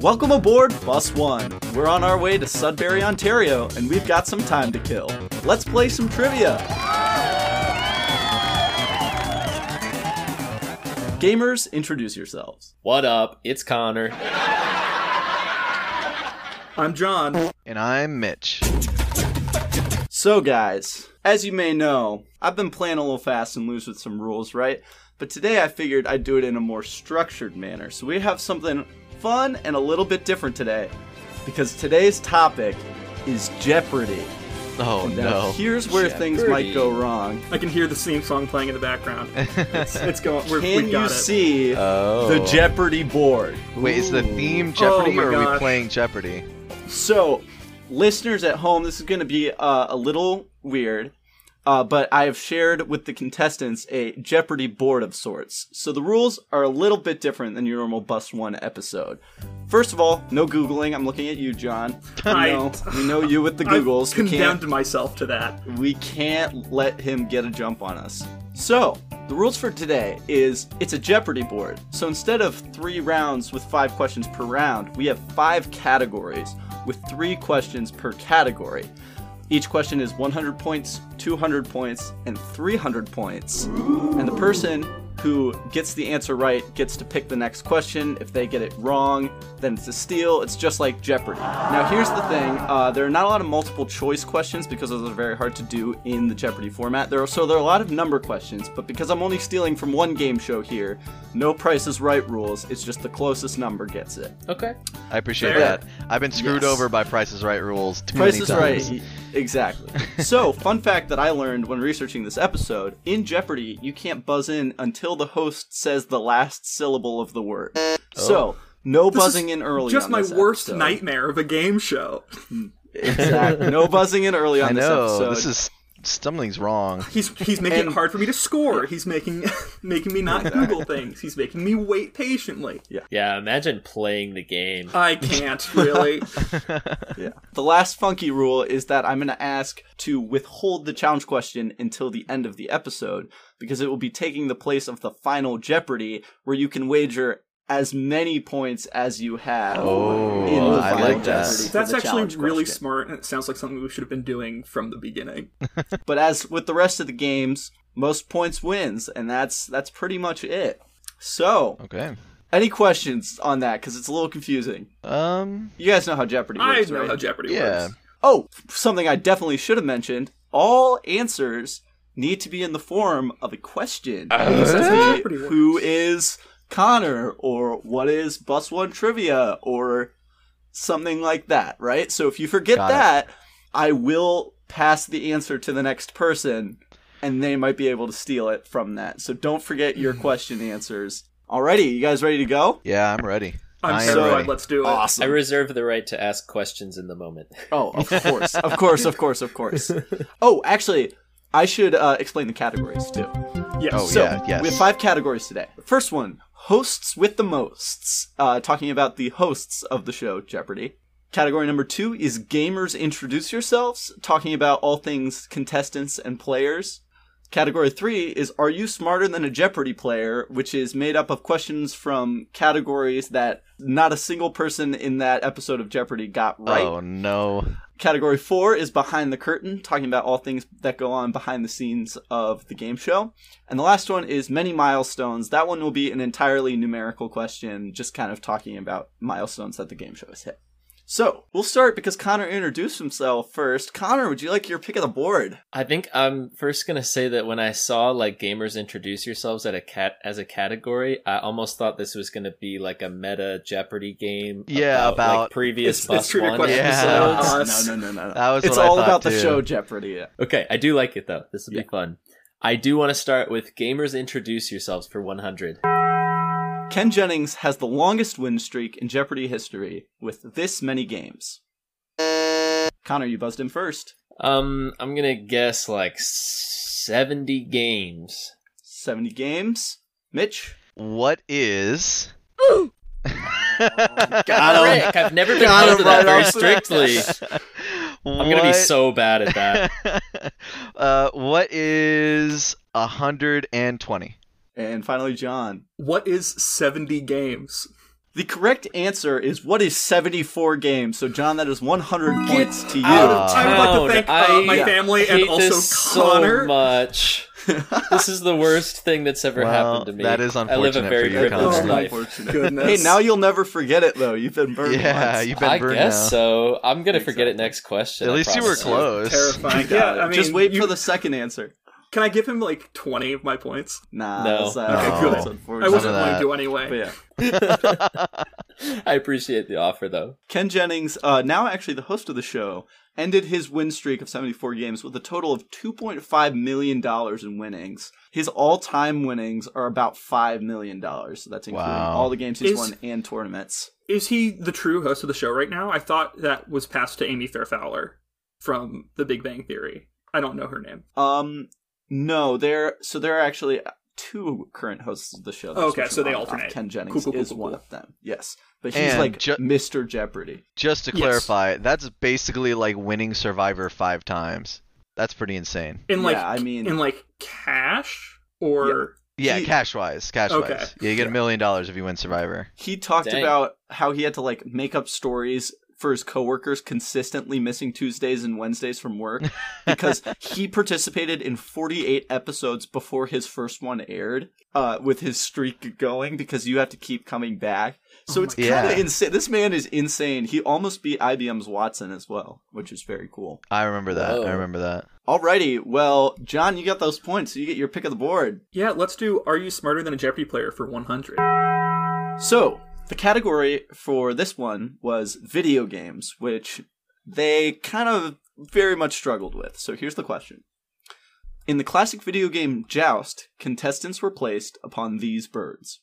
Welcome aboard Bus One. We're on our way to Sudbury, Ontario, and we've got some time to kill. Let's play some trivia. Gamers, introduce yourselves. What up? It's Connor. I'm John. And I'm Mitch. So, guys, as you may know, I've been playing a little fast and loose with some rules, right? But today I figured I'd do it in a more structured manner. So, we have something fun and a little bit different today because today's topic is Jeopardy. Oh Now, no. here's where things might Jeopardy. go wrong. I can hear the theme song playing in the background. It's, it's going. We're, Can we you got it. see Oh. the Jeopardy board? Wait, is the Oh theme Jeopardy my or are we gosh. playing Jeopardy? So, listeners at home, this is going to be uh, a little weird, uh, but I have shared with the contestants a Jeopardy board of sorts. So, the rules are a little bit different than your normal Bust One episode. First of all, no Googling. I'm looking at you, John. We I- know, we know you with the I've Googles. We condemned can't, myself to that. we can't let him get a jump on us. So, the rules for today is it's a Jeopardy board. So instead of three rounds with five questions per round, we have five categories with three questions per category. Each question is 100 points, 200 points, and 300 points. And the person who gets the answer right gets to pick the next question. If they get it wrong, then it's a steal. It's just like Jeopardy. Now, here's the thing uh, there are not a lot of multiple choice questions because those are very hard to do in the Jeopardy format. There are, so there are a lot of number questions, but because I'm only stealing from one game show here, no price is right rules. It's just the closest number gets it. Okay. I appreciate Fair. that. I've been screwed Yes. over by Price is Right rules too Price many is times. right. Exactly. so, fun fact that I learned when researching this episode in Jeopardy, you can't buzz in until the host says the last syllable of the word. Oh. So, no This is buzzing in early. Just on my this worst episode. nightmare of a game show. Exactly. No buzzing in early on I this know. episode. This is stumbling's wrong. He's he's making it hard for me to score. He's making making me not Google things. He's making me wait patiently. Yeah, imagine playing the game. I can't really. Yeah. The last funky rule is that I'm going to ask to withhold the challenge question until the end of the episode because it will be taking the place of the final Jeopardy where you can wager as many points as you have. Oh, in the I final like that. Jeopardy for That's the actually challenge really question. smart, and it sounds like something we should have been doing from the beginning. But as with the rest of the games, most points wins, and that's that's pretty much it. So, Okay. any questions on that? Because it's a little confusing. Um. You guys know how Jeopardy I works, know right? how Jeopardy Yeah. works. oh, something I definitely should have mentioned: all answers need to be in the form of a question. So That's how Jeopardy works. who is Connor, or what is Bus One Trivia, or something like that, right? So if you forget Got it. that, I will pass the answer to the next person, and they might be able to steal it from that. So don't forget your question answers. Alrighty, you guys ready to go? Yeah, I'm ready. I'm I am so ready. glad. Let's do it. I Awesome. reserve the right to ask questions in the moment. Oh, of course, of course, of course, of course. Oh, actually, I should uh, explain the categories too. Yes. Oh, So yeah, yes. we have five categories today. First one: hosts with the mosts. Uh, talking about the hosts of the show Jeopardy. Category number two is gamers introduce yourselves. Talking about all things contestants and players. Category three is are you smarter than a Jeopardy player, which is made up of questions from categories that not a single person in that episode of Jeopardy got right. Oh no. Category four is behind the curtain, talking about all things that go on behind the scenes of the game show. And the last one is many milestones. That one will be an entirely numerical question, just kind of talking about milestones that the game show has hit. So we'll start because Connor introduced himself first. Connor, would you like your pick of the board? I think I'm first gonna say that when I saw like gamers introduce yourselves at a cat as a category, I almost thought this was gonna be like a meta Jeopardy game. about, Yeah, like, about- previous It's- it's bus trivia one questions about episodes. no, Uh, no, no, no, no. That was it's what I all thought, about the too. show Jeopardy. Yeah. Okay, I do like it though. This will Yeah. be fun. I do want to start with gamers introduce yourselves for 100. Ken Jennings has the longest win streak in Jeopardy history with this many games. Connor, you buzzed him first. Um, I'm gonna guess like 70 games. 70 games. Mitch? What is? Got him. Rick, I've never been Got held him to right that very off the- strictly. I'm gonna be What- so bad at that. uh, what is hundred and twenty? And finally, John. What is 70 games? The correct answer is what is 74 games? So, John, that is 100 points to you. out Ah, of town. I would like to Town, thank, uh, I my family and hate also this Connor. so much. this is the worst thing that's ever Well, happened to me. that is I live a unfortunate very for you, privileged Connor. life. Unfortunate. Hey, Goodness. now you'll never forget it, though. You've been burned yeah, once. you've been I burned guess now. so. I'm gonna forget it next question. At I least you were promise close. Terrifying. Got yeah, it. I mean, Just wait you- for the second answer. Can I give him like 20 of my points? Nah, No. that's, uh, Okay, good. that's I unfortunate. wasn't of that. going to anyway. But yeah. I appreciate the offer though. Ken Jennings, uh, now actually the host of the show, ended his win streak of 74 games with a total of $2.5 million in winnings. His all time winnings are about $5 million. So that's including Wow. all the games he's Is- won and tournaments. Is he the true host of the show right now? I thought that was passed to Amy Fairfowler from The Big Bang Theory. I don't know her name. Um, no, there. So there are actually two current hosts of the show. That's Okay, switching so on they and off. alternate. Ken Jennings Cool, cool, cool, is cool, one cool. of them. Yes, but he's And like ju- Mr. Jeopardy. Just to Yes. clarify, that's basically like winning Survivor five times. That's pretty insane. In like yeah, I mean, in like cash or Yeah, He- cash wise, cash wise. Okay. Yeah, you get a million dollars if you win Survivor. he talked Dang. about how he had to like make up stories for his coworkers consistently missing Tuesdays and Wednesdays from work because he participated in 48 episodes before his first one aired uh, with his streak going because you have to keep coming back. So Oh it's my kind of God. insane. This man is insane. He almost beat IBM's Watson as well, which is very cool. I remember that. Whoa. I remember that. Alrighty, well, John, you got those points. So you get your pick of the board. yeah, let's do Are You Smarter Than a Jeopardy Player for 100. So, the category for this one was video games, which they kind of very much struggled with. So, here's the question In the classic video game Joust, contestants were placed upon these birds.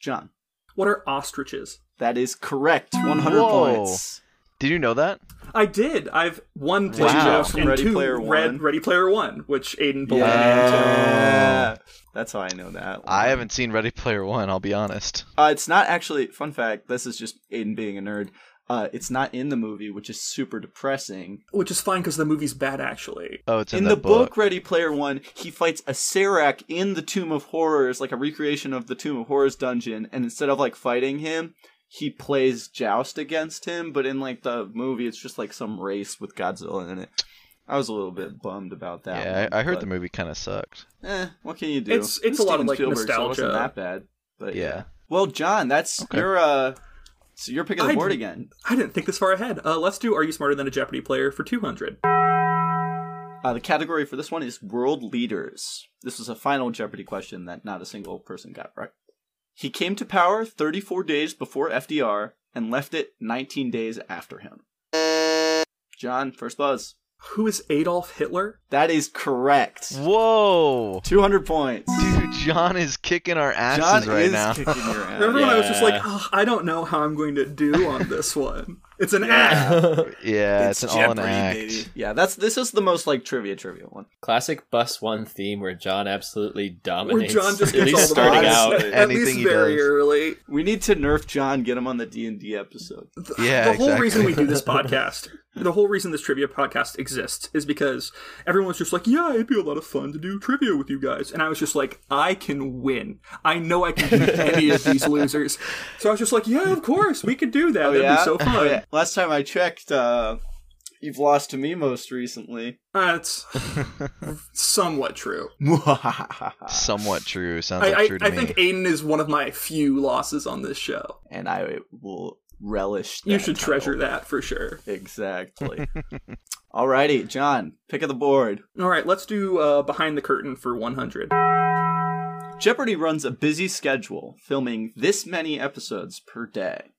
John, What are ostriches? that is correct. 100 Whoa. points. Did you know that? I did. I've one played Wow. Joust From and Ready two Player read One. Ready Player One, which Aiden Bologna and Yeah. That's how I know that. I one. haven't seen Ready Player One. I'll be honest. Uh, it's not actually. Fun fact: This is just Aiden being a nerd. Uh, it's not in the movie, which is super depressing. two, which is fine because the movie's bad actually. Oh, it's in, in the book. Ready Player One, he fights a Serac in the Tomb of Horrors, like a recreation of the Tomb of Horrors dungeon, and instead of like fighting him, he plays joust against him, but in like the movie it's just like some race with Godzilla in it. I was a little bit bummed about that. Yeah, one, I, I heard but, the movie kind of sucked. Eh, what can you do? It's- it's a lot of, like, So it wasn't nostalgia. that bad. But Yeah. Well, John, that's Okay. your uh so you're picking the I board d- again. I didn't think this far ahead. Uh, let's do Are You Smarter Than a Jeopardy Player for 200. Uh, the category for this one is world leaders. This was a final Jeopardy question that not a single person got right. He came to power 34 days before FDR and left it 19 days after him. John, first buzz. Who is Adolf Hitler? That is correct. Whoa, 200 points. dude, John is kicking our John asses right is now. kicking your ass. Remember when I was just Uh, Yeah. like, "Ugh, I don't know how I'm going to do on this one. It's an act. yeah, it's, an all in Jeopardy, act. baby. Yeah, that's this is the most like trivia trivia one. Classic bus one theme where John absolutely Where dominates. John just at gets least all the starting points. out. Honestly. At Anything least he very does. early. We need to nerf John, get him on the D&D episode. The, Yeah, the whole reason exactly. we do this podcast, the whole reason this trivia podcast exists, is because everyone's just like, "Yeah, it'd be a lot of fun to do trivia with you guys," and I was just like, "I can win. I know I can beat any of these losers." So I was just like, "Yeah, of course we could do that. That'd be so fun." Oh, yeah. Last time I checked uh you've lost to me most recently. That's somewhat true. Somewhat true. Sounds I, like I, true to I me. think Aiden is one of my few losses on this show. and I will relish. That You should title. treasure that for sure. Exactly. Alrighty, John, pick of the board. All right, let's do uh, Behind the Curtain for 100. Jeopardy runs a busy schedule, filming this many episodes per day.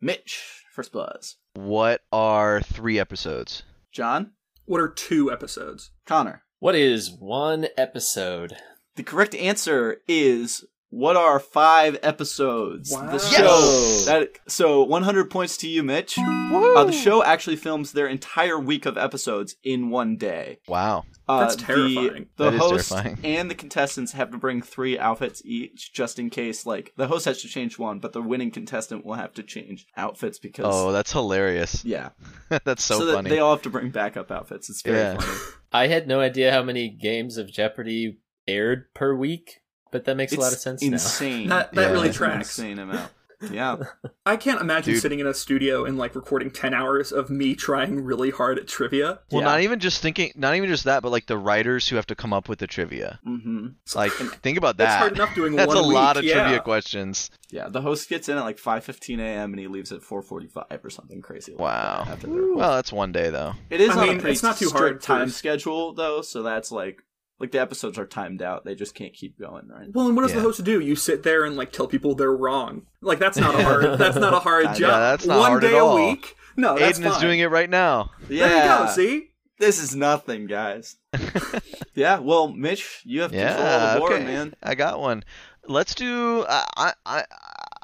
Mitch, first buzz. What are three episodes? John, What are two episodes? Connor. What is one episode? The correct answer is what are five episodes? Wow. The Yes! show that so 100 points to you, Mitch. Uh, the show actually films their entire week of episodes in one day. Wow. Uh, That's the- terrifying. The, That is host terrifying. and the contestants have to bring three outfits each, just in case. Like the host has to change one, but the winning contestant will have to change outfits because Oh, that's hilarious. yeah, that's so, that funny. they all have to bring backup outfits. It's very Yeah. funny. I had no idea how many games of Jeopardy aired per week, but that makes a lot of sense now. Insane. That- that Yeah. really It's an tracks. Insane amount. Yeah. I can't imagine Dude. sitting in a studio and like recording 10 hours of me trying really hard at trivia. Well, Yeah. not even just thinking, not even just that, but like the writers who have to come up with the trivia. hmm Like, think about That's that. hard enough doing That's one a week, lot of yeah. trivia questions. Yeah. The host gets in at like 5:15 a.m. and he leaves at 4:45 or something crazy. Like Wow. That after the Well, that's one day though. It is I on mean, a pretty it's not too strict hard for- time schedule though, so that's like like the episodes are timed out. They just can't keep going, right? Well, and what does the Yeah. host do? You sit there and like tell people they're wrong. Like that's not a hard. that's not a hard Yeah, job. that's not one hard day at all. a week. No, Oh, that's Aiden fine. is doing it right now. Yeah. There you go. See, This is nothing, guys. yeah. Well, Mitch, you have control of Yeah, the board, okay. man. I got one. Let's do. I, I, I,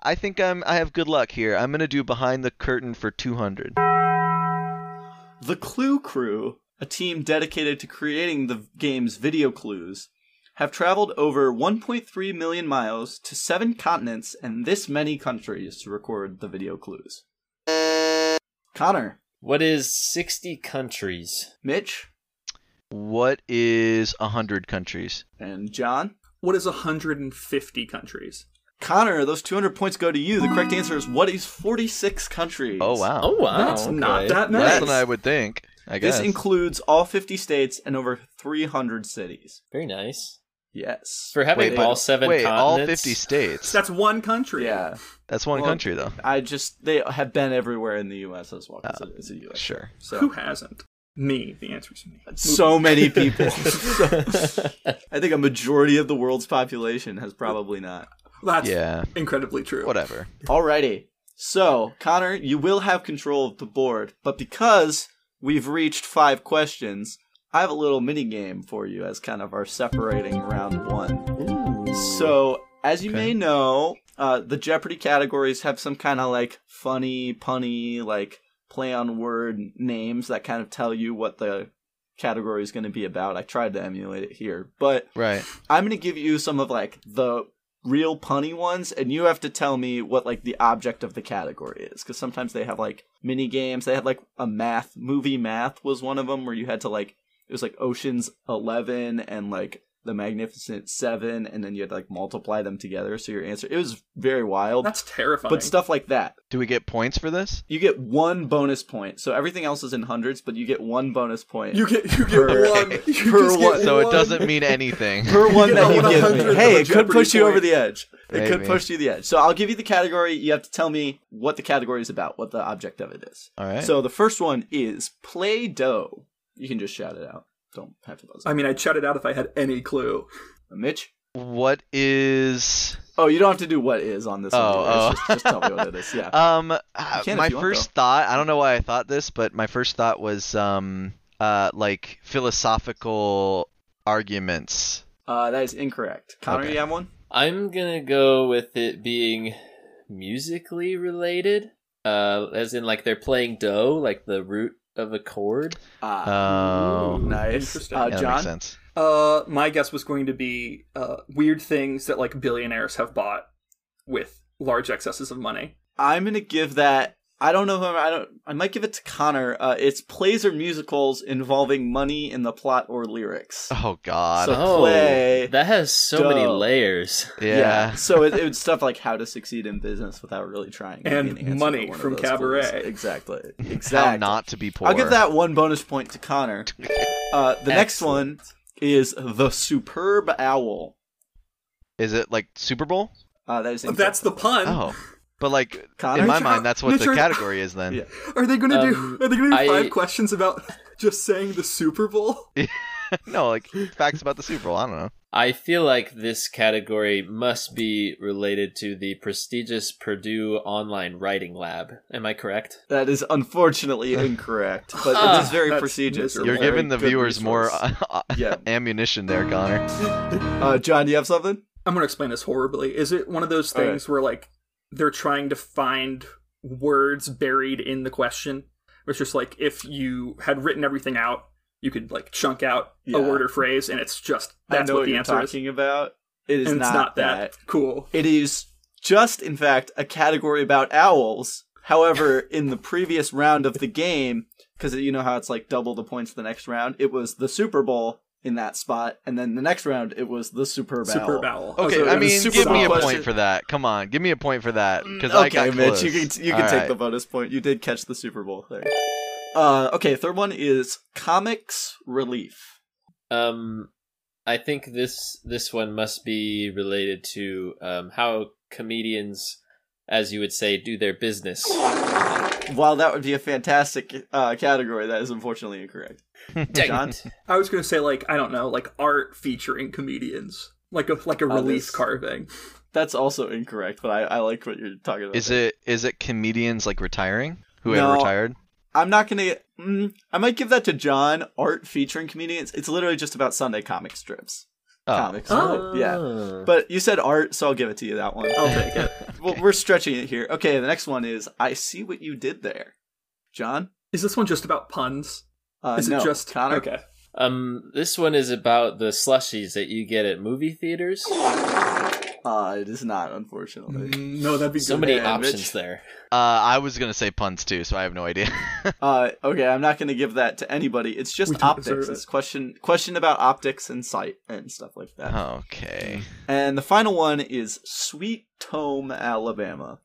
I think I'm. I have good luck here. I'm gonna do behind the curtain for 200. The Clue Crew, a team dedicated to creating the game's video clues, have traveled over 1.3 million miles to seven continents and this many countries to record the video clues. Connor, What is 60 countries? Mitch, What is 100 countries? and John. what is 150 countries? Connor, those 200 points go to you. The correct answer is what is 46 countries? Oh wow. Oh, wow. that's not okay. that Less many. than I would think. I guess. This includes all 50 states and over 300 cities. Very nice. Yes. For having Wait, but- all seven Wait, all continents. 50 states. That's one country. yeah. That's one Well, country though. I just, they have been everywhere in the U.S. as well. 'cause it is a U.S. Sure. So. Who hasn't? Me. The answer is me. so many people. I think a majority of the world's population has probably not. That's Yeah. incredibly true. Whatever. Alrighty. So, Connor, you will have control of the board, but because we've reached five questions, I have a little mini game for you as kind of our separating round one. So, as you may know, uh, the Jeopardy categories have some kind of like funny, punny, like play on word names that kind of tell you what the category is going to be about. I tried to emulate it here, but Right. I'm going to give you some of like the real punny ones, and you have to tell me what like the object of the category is. Because sometimes they have like mini games. They had like a math movie. Math was one of them where you had to like it was like Ocean's Eleven and like the Magnificent Seven, and then you had to like multiply them together. So your answer it was very wild, That's terrifying. but stuff like that. Do we get points for this? You get one bonus point. So everything else is in hundreds, but you get one bonus point. you get you get Per- one. You per just one. Get So one. it doesn't mean anything. per one You that got you one give hundredth me. of Hey, a it could Jeopardy push you over point. the edge. It could Maybe. push you the edge. So I'll give you the category. You have to tell me what the category is about, what the object of it is. All right. So the first one is Play Doh. You can just shout it out. Don't have to buzz. Uh, I mean, I'd shout it out if I had any clue. Mitch? what is Oh, you don't have to do what is on this Oh, one. oh. It's Just, just tell me what it is. Yeah. um You uh, can if my you want, first thought, I don't know why I thought this, but my first thought was um uh like philosophical arguments. Uh, that is incorrect. Connor, Okay. you have one? I'm gonna go with it being musically related, uh, as in like they're playing do, like the root of a chord. Uh, Oh. Ooh, nice. interesting. Uh, yeah, that makes John? sense. Uh, my guess was going to be uh, weird things that like billionaires have bought with large excesses of money. I'm going to give that. I don't know who I'm, I don't. I might give it to Connor. Uh, it's plays or musicals involving money in the plot or lyrics. Oh god. So- play that has so many dough. layers. yeah. so it, it was stuff like how to succeed in business without really trying, to And get an answer money to one of from those clues. cabaret. Exactly. Exactly. How not to be poor. I'll give that one bonus point to Connor. Uh, the next one Excellent. is the superb owl. Is it like Super Bowl? Uh, that is incorrect. That's the pun. Oh. But like Connor? in my Mitch, mind that's what the Mitch, category is then. Yeah. Are they gonna Um, do? Are they gonna do I- five questions about just saying the Super Bowl? no, like facts about the Super Bowl, I don't know. I feel like this category must be related to the prestigious Purdue Online Writing Lab. Am I correct? that is unfortunately incorrect, but Ah, it is very that's prestigious. miserable. You're Very giving the good viewers resource. more uh, yeah. ammunition there, Connor. Uh, John, do you have something? I'm gonna explain this horribly. Is it one of those All right. things where like they're trying to find words buried in the question? It's just like if you had written everything out, you could like chunk out Yeah. a word or phrase, and it's just I that's know what, what, the you're answer is. talking about. It is and it's not that. cool. It is just, in fact, a category about owls. However, in the previous round of the game, because you know how it's like double the points the next round, it was the Super Bowl, in that spot, and then the next round it was the superb owl. Super Bowl. Oh, Okay, so it I was mean, super give me a solid. point for that. Come on, give me a point for that because okay, Mm. I got Mitch, close. you can you can All take right. the bonus point. You did catch the Super Bowl there. Uh, okay, third one is comics relief. Um, I think this this one must be related to um, how comedians, as you would say, do their business. While that would be a fantastic uh, category, that is unfortunately incorrect. John? I was gonna say like I don't know, like art featuring comedians, like a like a Oh, relief this- carving. That's also incorrect, but I, I like what you're talking about. Is there. it is it comedians like retiring? Who have No. retired? I'm not gonna. Mm, I might give that to John. Art featuring comedians. It's literally just about Sunday comic strips. Oh. Comics. Oh. Yeah. But you said art, so I'll give it to you that one. Oh, I'll take it. Well, we're stretching it here. Okay, the next one is I see what you did there, John. Is this one just about puns? Uh, Is it no, just Connor? okay? um, this one is about the slushies that you get at movie theaters. Uh, it is not, unfortunately. No, that'd be So good. many man, options Mitch. there. Uh, I was gonna say puns too, so I have no idea. Uh, okay, I'm not going to give that to anybody. It's We just don't optics. deserve it. It's question question about optics and sight and stuff like that. okay. And the final one is Sweet Tome, Alabama.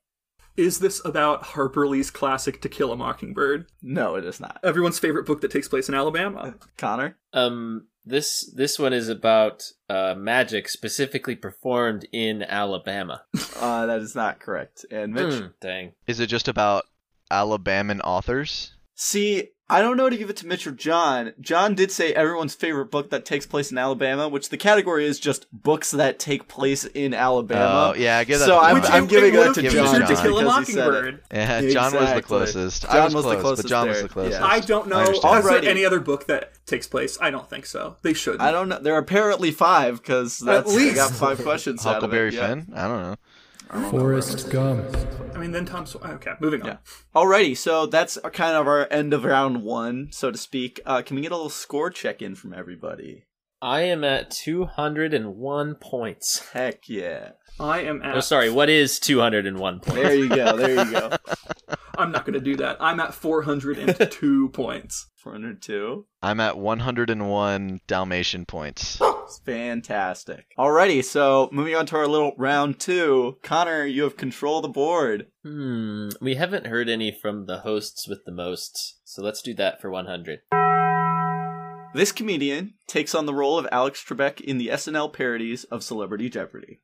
Is this about Harper Lee's classic To Kill a Mockingbird? No, it is not. Everyone's favorite book that takes place in Alabama. Connor. Um, this this one is about uh, magic specifically performed in Alabama. Uh, that is not correct. And Mitch. Hmm, dang. Is it just about Alabaman authors? See, I don't know to give it to Mitch or John. John did say everyone's favorite book that takes place in Alabama, which the category is just books that take place in Alabama. Oh, yeah, I give that. So to I'm- John. I'm it giving would've that to been John. To Kill a because he said it. Mockingbird. Yeah, John was Exactly. the closest. I John was, was the close, closest but John was there, the closest. yeah. I don't know. I understand. Is there Alrighty. any other book that takes place? I don't think so. They should. I don't know. There are apparently five because that's I least. got five questions. out of it, Huckleberry yeah. Finn? I don't know. Forrest Gump. I mean, then Tom. Sawyer. Okay, moving on. Yeah. Alrighty, so that's our- kind of our end of round one, so to speak. Uh, can we get a little score check in from everybody? I am at two hundred and one points. Heck yeah! I am Ah. at. Oh, sorry. What is 201 points? There you go. There you go. I'm not going to do that. I'm at 402 points. Four hundred two. I'm at 101 Dalmatian points. Fantastic. Alrighty, so moving on to our little round two. Connor, you have control of the board. Hmm. We haven't heard any from the hosts with the most, so let's do that for 100. This comedian takes on the role of Alex Trebek in the SNL parodies of Celebrity Jeopardy.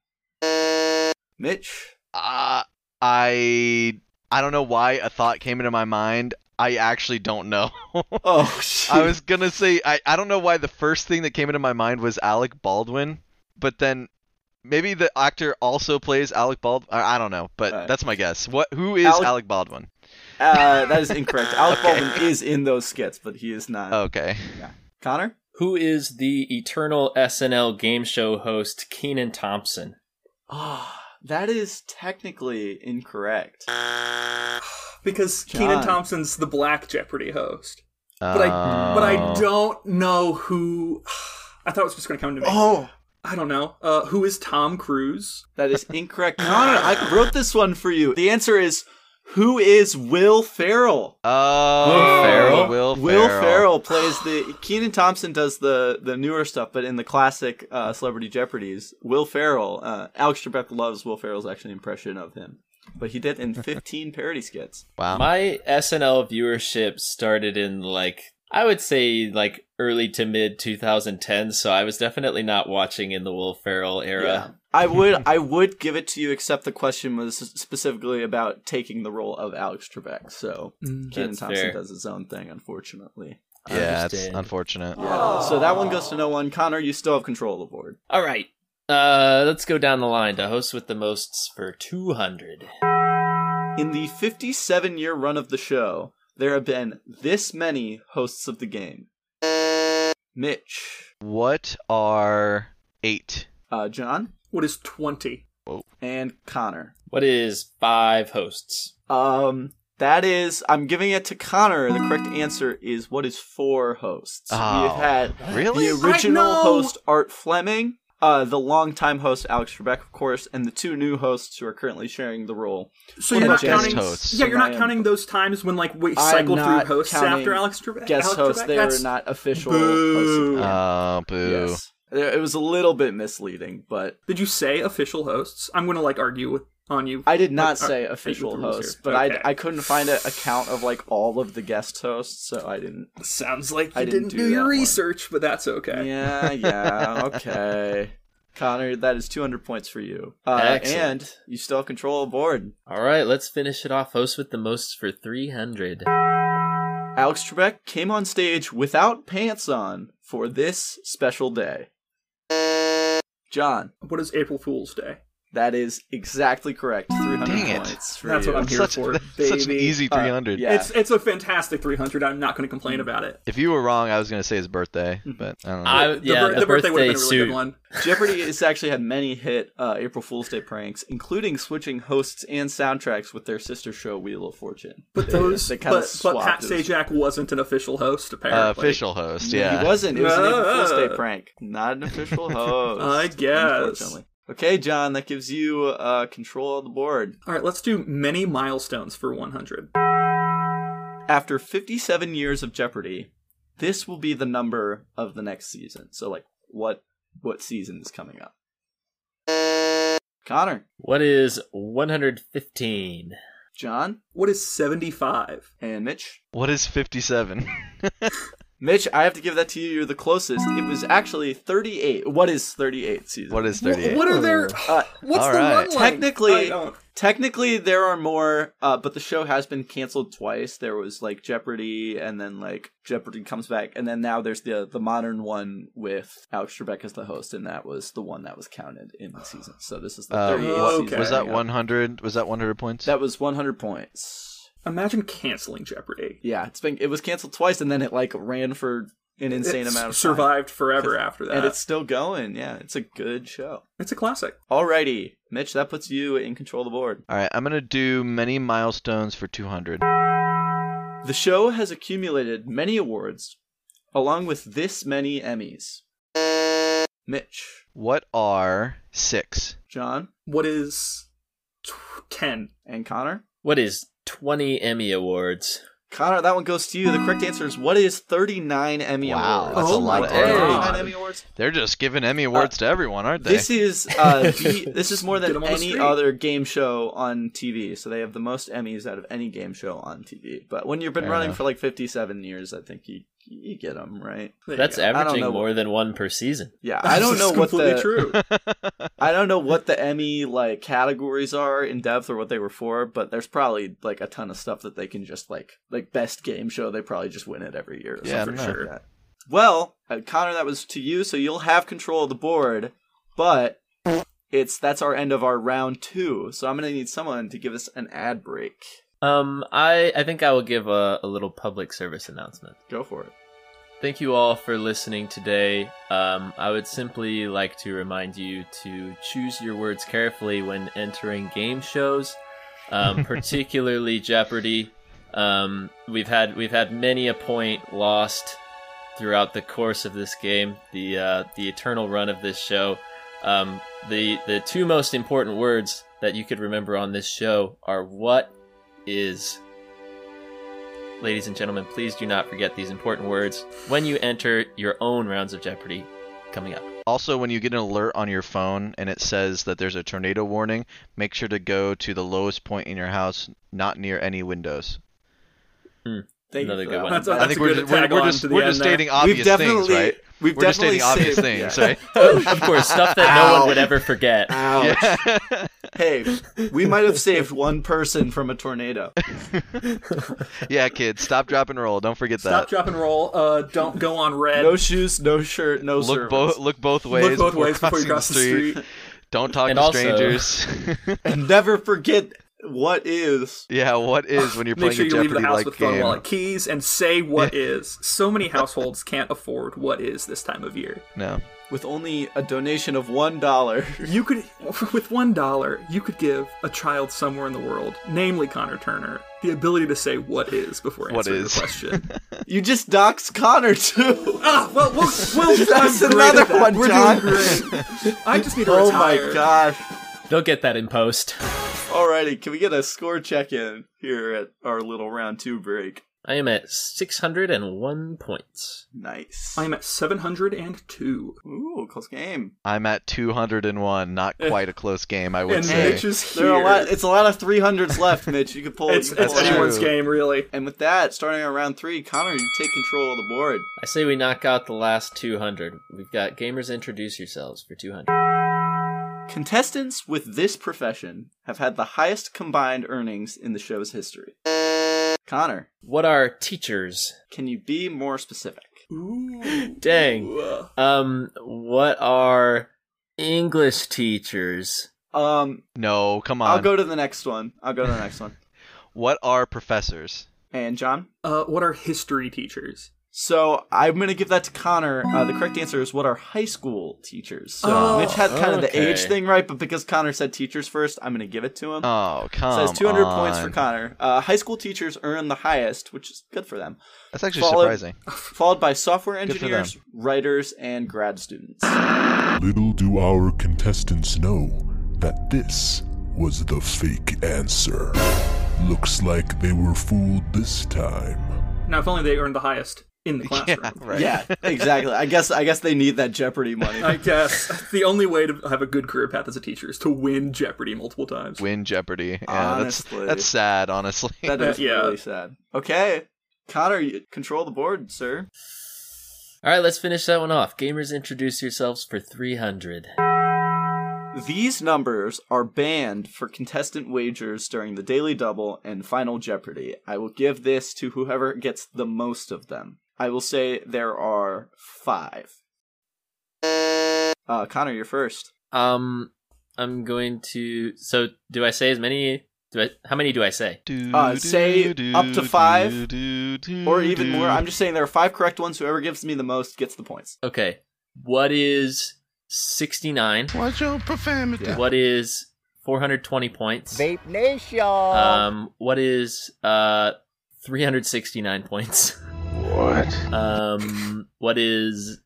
Mitch, Uh, I I don't know why a thought came into my mind. I actually don't know. oh, shoot. I was gonna say I, I don't know why the first thing that came into my mind was Alec Baldwin, but then maybe the actor also plays Alec Baldwin. I don't know, but Alright. that's my guess. What who is Uh, Alec- Alec Baldwin? Uh, that is incorrect. Alec Okay. Baldwin is in those skits, but he is not. Oh, Okay. Connor? Who is the eternal SNL game show host Keenan Thompson? Ah, that is technically incorrect. Because John. Keenan Thompson's the Black Jeopardy host. But I, but I Oh. don't know who. I thought it was just going to come to me. Oh, I don't know. Uh, who is Tom Cruise? that is incorrect. Connor, I wrote this one for you. The answer is who is Will Ferrell? Oh, Will Ferrell? Will Ferrell. Will Ferrell plays the Keenan Thompson does the the newer stuff, but in the classic uh, Celebrity Jeopardies, Will Ferrell. Uh, Alex Trebek loves Will Ferrell's actually impression of him, but he did in 15 parody skits. Wow. My SNL viewership started in like I would say like early to mid 2010, so I was definitely not watching in the Will Ferrell Yeah. era. I would I would give it to you, except the question was specifically about taking the role of Alex Trebek. So Keenan That's Thompson fair. does his own thing, unfortunately. yeah, it's Understand. unfortunate. So that one goes to no one. Connor, you still have control of the board. All right. Uh, let's go down the line to host with the mosts for 200. In the 57 year run of the show, there have been this many hosts of the game. Mitch, What are eight? uh, John, What is 20? and Connor. What is five hosts? Um, that is, I'm giving it to Connor. The correct answer is what is four hosts. Oh, We've had Really? the original know. host Art Fleming. uh, the longtime host Alex Trebek, of course, and the two new hosts who are currently sharing the role. So Well, you're no, not guest counting. hosts. Yeah, you're not Ryan. counting those times when like we I'm cycled through not hosts counting after Alex Trebek. Guest Alex hosts, Trebek? they That's- were not official Boo. hosts. Oh, yet. boo. yes. It was a little bit misleading, but Did you say official hosts? I'm going to like argue with on you. I did not Like, say uh, official with the rules hosts, here. but Okay. I, I couldn't find an account of like all of the guest hosts, so I didn't. Sounds like you I didn't, didn't do, do your that one. research, but that's okay. Yeah, yeah, okay. Connor, that is 200 points for you. Uh, Excellent. and you still have control of board. All right, let's finish it off. Host with the most for 300. Alex Trebek came on stage without pants on for this special day. John, What is April Fool's Day? that is exactly correct. 300 Dang it. points for That's you. what I'm That's here such, for, that's such an baby. easy Uh, 300. yeah. Mm. It's it's a fantastic 300. I'm not going to complain about it. If you were wrong, I was gonna say his birthday, Mm-hmm. but I don't know. I- Uh, yeah, bir- the birthday, would have been a birthday really good suit. one. Jeopardy has actually had many hit uh, April Fool's Day pranks, including switching hosts and soundtracks with their sister show Wheel of Fortune. But They- those, they kinda but, but swapped Pat it. It was- Sajak wasn't an official host apparently. Uh, official host, No, yeah. he wasn't. It was an April Fool's Day Uh. prank, not an official host. I guess. Unfortunately. Okay, John, that gives you uh, control of the board. All right, let's do many milestones for 100. After 57 years of Jeopardy, this will be the number of the next season. So, like, what what season is coming up? Connor, What is 115? John, What is 75? and Mitch. What is 57? Mitch, I have to give that to you. You're the closest. It was actually 38. What is 38 season? what is 38? What are their? Uh, What's all the right. run length? Technically- I don't- Technically, there are more, uh, but the show has been canceled twice. There was like Jeopardy, and then like Jeopardy comes back, and then now there's the the modern one with Alex Trebek as the host, and that was the one that was counted in the season. So this is the Uh, 38 what- season. okay. Was that Yeah. 100? Was that 100 points? That was 100 points. imagine canceling Jeopardy. Yeah, it's been it was canceled twice, and then it like ran for an insane It's amount of time. survived forever after that. and it's still going. Yeah, it's a good show. it's a classic. Alrighty, Mitch, that puts you in control of the board. All right, I'm gonna do many milestones for 200. The show has accumulated many awards, along with this many Emmys. Mitch, What are six? John, What is t- 10? and Connor. What is 20 Emmy Awards? Connor, that one goes to you. The correct answer is what is 39 Emmy Wow, awards? that's a Oh lot my of Emmys. God. 39 God. Emmy awards. They're just giving Uh, Emmy awards to everyone, aren't they? This is uh, the, this is more Get 'em than on the any screen. other game show on TV. So they have the most Emmys out of any game show on TV. But when you've been Fair running enough. for like 57 years, I think you you get them right. There you That's go. don't averaging know. more than one per season. Yeah, I don't This know is what completely the true. I don't know what the Emmy like categories are in depth or what they were for, but there's probably like a ton of stuff that they can just like like best game show. They probably just win it every year. Or Yeah, something I don't like that. Well, uh, Connor, that was to you, so you'll have control of the board, but it's that's our end of our round two. So I'm gonna need someone to give us an ad break. Um, I, I think I will give a, a little public service announcement. Go for it. Thank you all for listening today. Um, I would simply like to remind you to choose your words carefully when entering game shows, um, particularly Jeopardy. Um, we've had we've had many a point lost throughout the course of this game, the uh, the eternal run of this show. Um, the the two most important words that you could remember on this show are what is Ladies and gentlemen, please do not forget these important words when you enter your own rounds of Jeopardy coming up. Also, when you get an alert on your phone and it says that there's a tornado warning, make sure to go to the lowest point in your house, not near any windows. Thank Another you. for good that one. one. That's a- I think we're good just, we're, tag-on we're just, to the we're end just there. stating obvious we've definitely things, right? we've we're just definitely stating obvious saved- things, yeah. right? of course, stuff that no one would ever forget. Ouch. Yeah. Hey, we might have saved one person from a tornado. yeah, kids, stop, drop, and roll. Don't forget Stop, that. drop, and roll. Uh, don't go on red. No shoes, no shirt, no look service. both look both ways. Look both before ways before you crossing cross the street. Don't talk And to also- strangers. and never forget what is. yeah, what is when you're playing Make sure a you leave Jeopardy the house like with phone game? wallet keys and say what is. So many households can't afford what is this time of year. No. With only a donation of one dollar, You could, with one dollar, you could give a child somewhere in the world, namely Connor Turner, the ability to say what is before What answering is. the question. You just dox Connor too. Ah, well, we'll, we'll That's I'm great at another that. one, We're John. doing great. I just need to Oh my retire. gosh. They'll get that in post. Alrighty, can we get a score check in here at our little round two break? I am at 601 points. Nice. I'm at 702. Ooh, close game. I'm at 201. Not quite a close game, I would And say. Mitch is There here. are a lot. It's a lot of three hundreds left, Mitch. You can pull. it's you can it's pull it out. anyone's true. game, really. And with that, starting on round three, Connor, you take control of the board. I say we knock out the last 200. We've got gamers introduce yourselves for 200. Contestants with this profession have had the highest combined earnings in the show's history. Connor, What are teachers? can you be more specific? Ooh. Dang. Uh, Um, what are English teachers? Um, No, come on. I'll go to the next one. I'll go to the next one. What are professors? And John? Uh, what are history teachers? So I'm gonna give that to Connor. Uh, the correct answer is what are high school teachers? So Oh, Mitch had kind of the okay. age thing right, but because Connor said teachers first, I'm gonna give Um, it to him. Oh, come so that's 200 on. points for Connor. Uh, high school teachers earn the highest, which is good for them. That's actually Followed- surprising. Followed by software Good for engineers, writers, and grad students. Little do our contestants know that this was the fake answer. Looks like they were fooled this time. Now, if only they earned the highest in the classroom. Yeah, right. Yeah, exactly. I guess I guess they need that Jeopardy money. I guess the only way to have a good career path as a teacher is to win Jeopardy multiple times. Win Jeopardy. Yeah, that's, Honestly. that's sad, honestly. That is Yeah. really sad. Okay, Connor, you control the board, sir. All right, let's finish that one off. Gamers introduce yourselves for 300. These numbers are banned for contestant wagers during the Daily Double and Final Jeopardy. I will give this to whoever gets the most of them. I will say there are five. Uh, Connor, you're first. Um, I'm going to. So, do I say as many? Do I? How many do I say? Do, Uh, do, say do, up to do, five, do, do, Mm-hmm. Or even do. more. I'm just saying there are five correct ones. Whoever gives me the most gets the points. Okay. What is 69? Watch your profanity. Yeah. What is 420 points? Vape Nation. Um, what is uh 369 points? What? Um, what is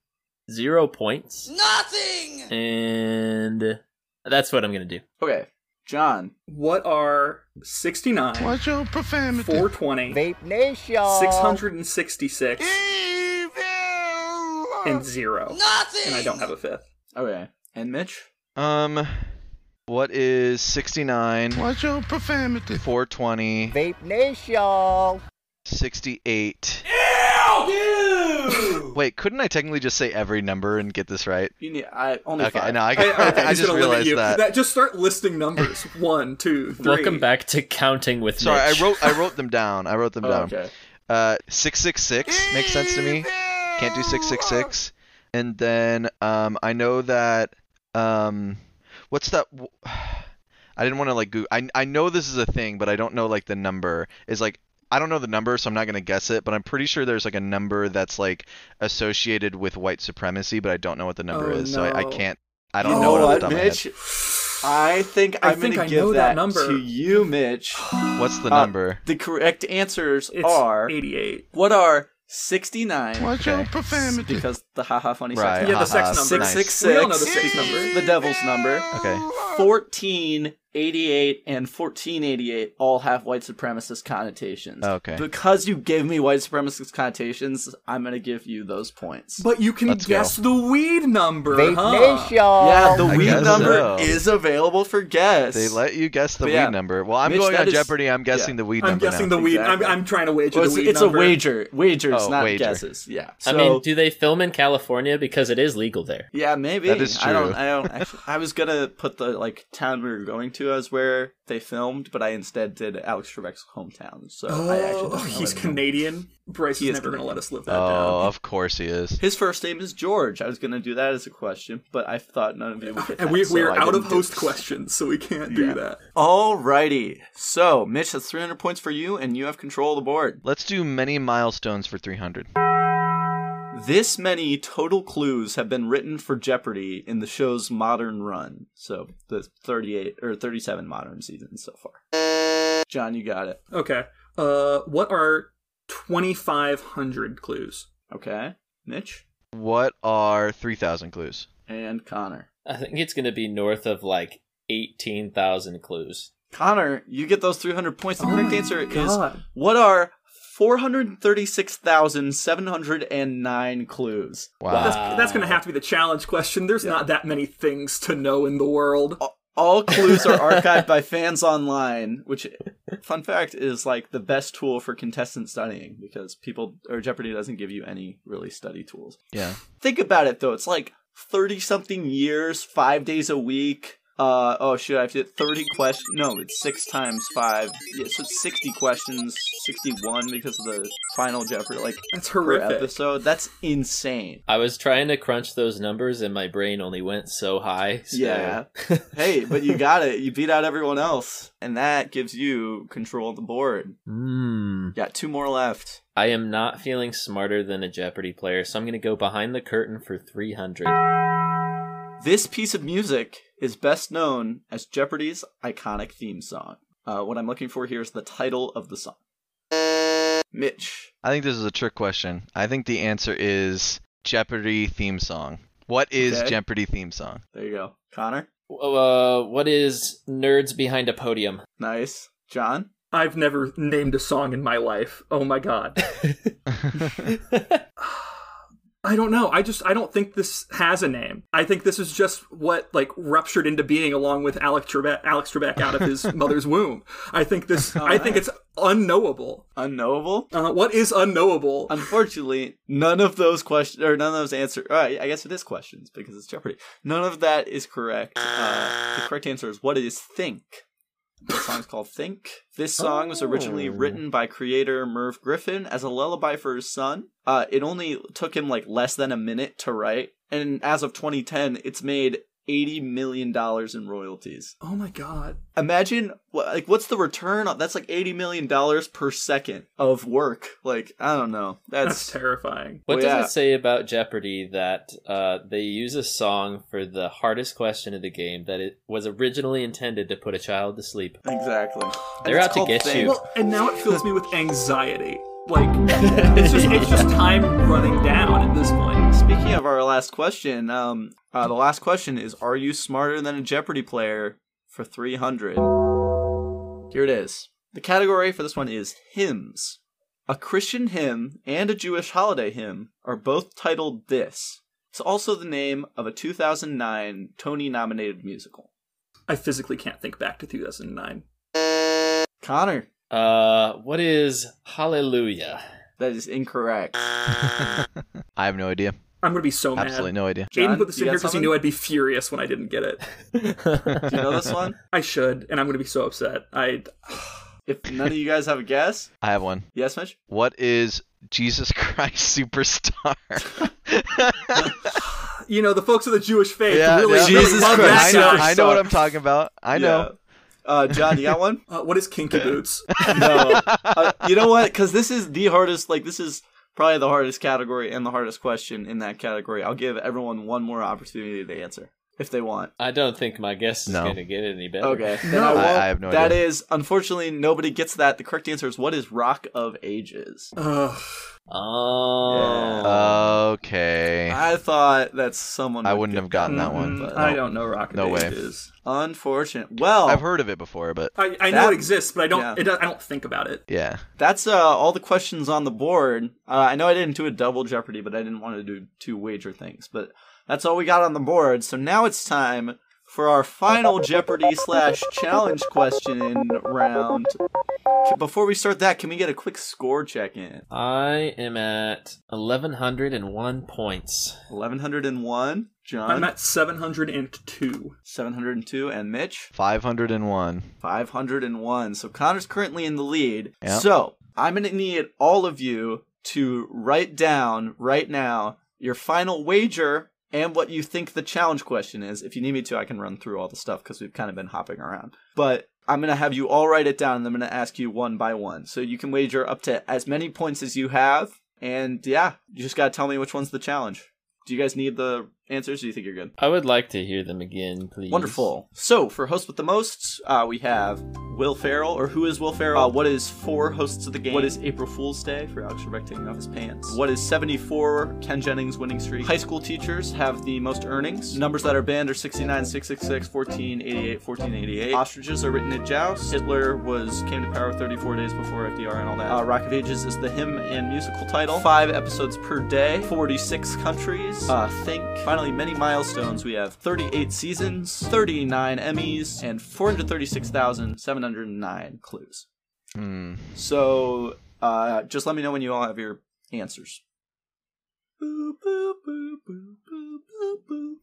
zero points? Nothing. And that's what I'm gonna do. Okay, John. What are 69, Watch your profanity. 420, Vape Nation. 666, and zero? Nothing. And I don't have a fifth. Okay, and Mitch. Um, what is 69, Watch your profanity. 420, Vape Nation. 68? Wait, couldn't I technically just say every number and get this right? You need I only Okay, five. no, I, Hey, I, okay, he's just gonna limit realized you. that. Just start listing numbers. One, two, three. Welcome back to counting with Sorry, I Mitch. wrote I wrote them down. I wrote them Oh, down. okay. Uh, six six six makes sense to me. Can't do six six six. And then um, I know that um, what's that? w- I didn't want to like Google. I I know this is a thing, but I don't know like the number. Is like I don't know the number, so I'm not gonna guess it. But I'm pretty sure there's like a number that's like associated with white supremacy, but I don't know what the number Oh, is, so I, I no. can't. I You don't know it off what, the top of my head. uh, Mitch? I think I I'm think gonna I give know that that, number. to you, Mitch. What's the Uh, number? The correct answers It's are 88. what are 69 Watch your profanity. because the haha funny Right. sex Yeah, the sex haha, number. six nice. uh, six six We all know the six because number. the devil's number Okay. 14 88 and 1488 all have white supremacist connotations Okay. because you gave me white supremacist connotations i'm gonna give you those points But you can Let's go. guess the weed number, Vape huh? Nation. yeah the I weed guess number so. is available for guess They let you guess the But weed yeah. number. Well, I'm Mitch, going that on is- Jeopardy. I'm guessing yeah. the weed I'm number. guessing now. the weed. Exactly. I'm, I'm trying to wager Well, the it's weed it's a number. wager wagers Oh, not wager. guesses yeah I So- mean, do they film in California because it is legal there? Yeah, maybe. That is I don't. true. I don't. Actually, I was gonna put the like town we were going to as where they filmed, but I instead did Alex Trebek's hometown. So I actually Oh, don't know he's what it is. Canadian. Bryce He is is never going to Canadian. let us live that Oh, down. of course he is. His first name is George. I was gonna do that as a question, but I thought none of you would get And that. we, so we're I out didn't of do host it. questions, so we can't do that. Alrighty. So Mitch, that's 300 points for you, and you have control of the board. Let's do many milestones for 300. This many total clues have been written for Jeopardy in the show's modern run. So the 38 or 37 modern seasons so far. John, you got it. Okay. Uh, what are 2,500 clues. Okay. Mitch What are 3,000 clues? and Connor. I think it's going to be north of like 18,000 clues. Connor, you get those 300 points. The Oh correct my answer is God. what are 436,709 clues? Wow. That's, that's going to have to be the challenge question. There's not that many things to know in the world. All clues are archived by fans online, which, fun fact, is like the best tool for contestant studying because people or Jeopardy doesn't give you any really study tools. Yeah. Think about it though; it's like thirty something years, five days a week. Uh oh, shoot! I have to thirty questions. No, it's six times five. Yeah, so it's sixty questions, sixty-one because of the final Jeopardy, like That's per horrific. episode. That's insane. I was trying to crunch those numbers and my brain only went so high. So. Yeah. hey, but you got it. You beat out everyone else, and that gives you control of the board. Hmm. Yeah, two more left. I am not feeling smarter than a Jeopardy player, so I'm going to go behind the curtain for 300. This piece of music is best known as Jeopardy's iconic theme song. Uh, what I'm looking for here is the title of the song. Mitch. I think this is a trick question. I think the answer is Jeopardy theme song. What is Okay. Jeopardy theme song? There you go. Connor. Uh, what is Nerds Behind a Podium? Nice. John. I've never named a song in my life. Oh my god. I don't know. I just I don't think this has a name. I think this is just what like ruptured into being along with Alex Trebek, Alex Trebek out of his mother's womb. I think this. I think it's unknowable. Unknowable. Uh, what is unknowable? Unfortunately, none of those questions or none of those answers. All right, I guess it is questions because it's Jeopardy. None of that is correct. Uh, the correct answer is what is think. The song's called Think. This song was originally Oh. written by creator Merv Griffin as a lullaby for his son. Uh, it only took him like less than a minute to write, and as of 2010, it's made eighty million dollars in royalties oh my god. imagine wh- like what's the return on that's like 80 million dollars per second of work like i don't know That's that's terrifying. What Well, does Oh, yeah. it say about Jeopardy that uh, they use a song for the hardest question of the game that it was originally intended to put a child to sleep? exactly And They're it's out to called get Think. you. Well, and now it fills me with anxiety. Like it's just it's just time running down at this point. speaking of our last question um uh, the last question is are you smarter than a jeopardy player for 300 here it is the category for this one is hymns a christian hymn and a jewish holiday hymn are both titled this it's also the name of a 2009 tony nominated musical I physically can't think back to 2009. connor Uh, what is Hallelujah? That is incorrect. I have no idea. I'm gonna be so Oh, mad. Absolutely no idea. John, Jaden put this you in got here because he something? knew I'd be furious when I didn't get it. Do you know this one? I should, and I'm gonna be so upset. I If none of you guys have a guess, I have one. yes, Mitch. What is Jesus Christ Superstar? you know, the folks of the Jewish faith really yeah. really Jesus love Christ. that I know, stuff. I know what I'm talking about. I know. Yeah. Uh, John, you got one? Uh, what is Kinky Boots? no. Uh, you know what? Because this is the hardest. Like this is probably the hardest category and the hardest question in that category. I'll give everyone one more opportunity to answer if they want. I don't think my guess is No. going to get any better. Okay. Then I, No. won't. I- I have no That idea. is, unfortunately, nobody gets that. The correct answer is what is Rock of Ages? Ugh. Oh. Okay. I thought that someone. Eh. I would wouldn't get have gotten that one. but- Mm, I don't know Rocket No way. Ages. Unfortunate. Well, I've heard of it before, but I, I know That- it exists, but I don't. yeah. It does, I don't think about it. yeah. that's uh, all the questions on the board. Uh, I know I didn't do a double Jeopardy, but I didn't want to do two wager things. But that's all we got on the board. So now it's time for our final Jeopardy slash challenge question round. Before we start that, can we get a quick score check in? I am at 1,101 points. 1101, I'm John, at 702. 702, and Mitch, 501. 501. So Connor's currently in the lead. Yeah. So I'm going to need all of you to write down right now your final wager and what you think the challenge question is. If you need me to, I can run through all the stuff because we've kind of been hopping around. But I'm going to have you all write it down and I'm going to ask you one by one. So you can wager up to as many points as you have. And yeah, you just got to tell me which one's the challenge. Do you guys need the answers? Do you think you're good? I would like to hear them again, please. Wonderful. So for hosts with the most, uh, we have Will Ferrell, or who is Will Ferrell? Uh, what is four hosts of the game? What is April Fool's Day for Alex Trebek taking off his pants? What is 74 Ken Jennings winning streak? High school teachers have the most earnings. Numbers that are banned are 69, 666, 14, 88, 1488. Ostriches are written in Joust. Hitler was came to power 34 days before FDR and all that. Uh, Rock of Ages is the hymn and musical title. Five episodes per day. 46 countries. Uh, think. Finally, many milestones. We have 38 seasons, 39 Emmys, and 436,709 clues. Hmm. So uh, just let me know when you all have your answers. Boop, boop, boop, boop, boop, boop, boop.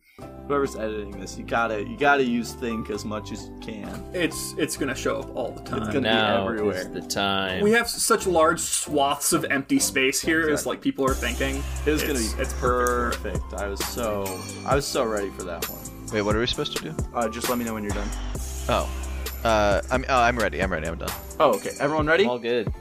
Whoever's editing this, you gotta you gotta use think as much as you can. It's it's gonna show up all the time. It's gonna- be Now is everywhere. the time. we have such large swaths of empty space here. It's like people are thinking. It was It's- gonna be it's perfect. perfect. I was so I was so ready for that one. Wait, what are we supposed to do? Uh, just let me know when you're done. Oh, uh, I'm oh, I'm ready. I'm ready. I'm done. Oh, okay. Everyone ready? all good.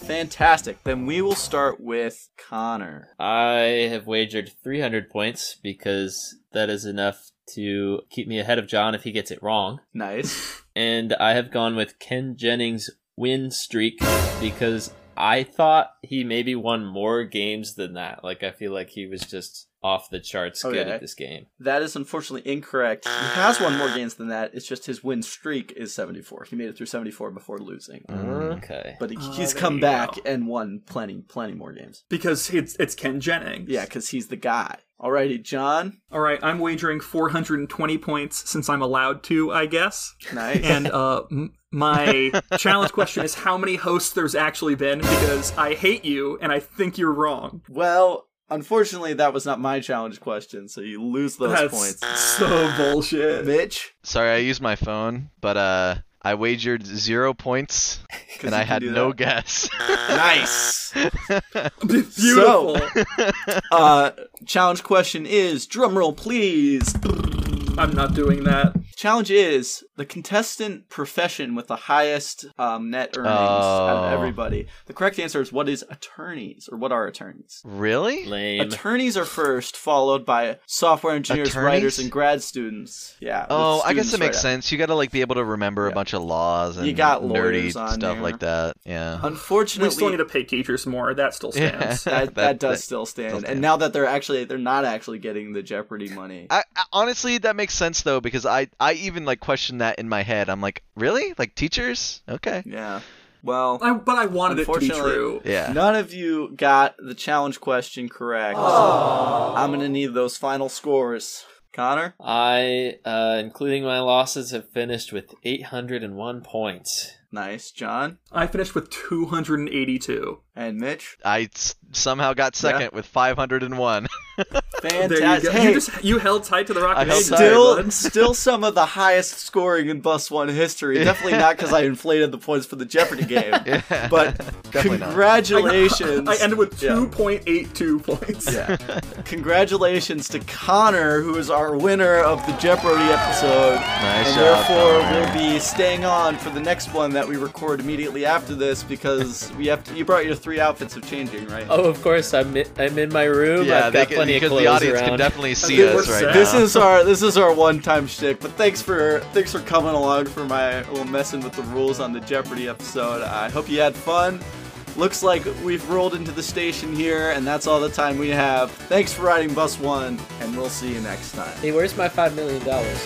Fantastic. Then we will start with Connor. I have wagered 300 points because that is enough to keep me ahead of John if he gets it wrong. Nice. And I have gone with Ken Jennings' win streak because I thought he maybe won more games than that. Like, I feel like he was just off the charts good Okay. at this game. That is unfortunately incorrect. He has won more games than that. It's just his win streak is 74. He made it through 74 before losing. Okay. But he, Ah, he's there come you back go. and won plenty, plenty more games. because it's it's Ken Jennings. Yeah, because he's the guy. Alrighty, John. All right, I'm wagering 420 points since I'm allowed to, I guess. Nice. And uh, m- my challenge question is how many hosts there's actually been because I hate you and I think you're wrong. well, unfortunately, that was not my challenge question, so you lose those That's points. so bullshit. Mitch, Sorry, I used my phone, but uh, I wagered zero points, 'cause and you I can had do no that. guess. Nice. Beautiful. Uh, challenge question is drumroll, please. I'm not doing that. Challenge is the contestant profession with the highest um, net earnings out of Oh. everybody. The correct answer is what is attorneys or what are attorneys? really? Lame. Attorneys are first, followed by software engineers, Attorneys? writers, and grad students. Yeah. with Oh, I guess students that makes right sense. You gotta like be able to remember Yeah. a bunch of laws and You got nerdy lawyers on stuff there. like that. after. Yeah. We still need Unfortunately, to pay teachers more. That still yeah. stands. that, that, does still stand. And stand. now that they're actually they're not actually getting the Jeopardy money. I, I- honestly, that makes sense though because I I even like questioned that in my head. I'm like, really? Like teachers? Okay. yeah. Well, I, but I wanted it to be Unfortunately- true. Yeah. None of you got the challenge question correct. I'm gonna need those final scores. Connor, I, uh, including my losses, have finished with 801 points. nice. John I finished with 282. and Mitch, I s- somehow got second with 501. There you go. fantastic. You Hey, just you held tight to the rock. I and held roll, tight. still, bud. still some of the highest scoring in Bus One history. Definitely not because I inflated the points for the Jeopardy game. Yeah. But Definitely not. congratulations. I ended with Yeah. 2.82 points. Yeah. Congratulations to Connor, who is our winner of the Jeopardy episode. Nice and job, therefore Connor. will be staying on for the next one that we record immediately after this because we have to you brought your three outfits of changing, right? Oh, of course. I'm i- I'm in my room. yeah, I've they got can, plenty of because clothes the audience around. can definitely see think we're us right set. now. This is our this is our one time shtick, but thanks for thanks for coming along for my little messing with the rules on the Jeopardy episode. I hope you had fun. Looks like we've rolled into the station here, and that's all the time we have. Thanks for riding Bus One, and we'll see you next time. hey, where's my five million dollars?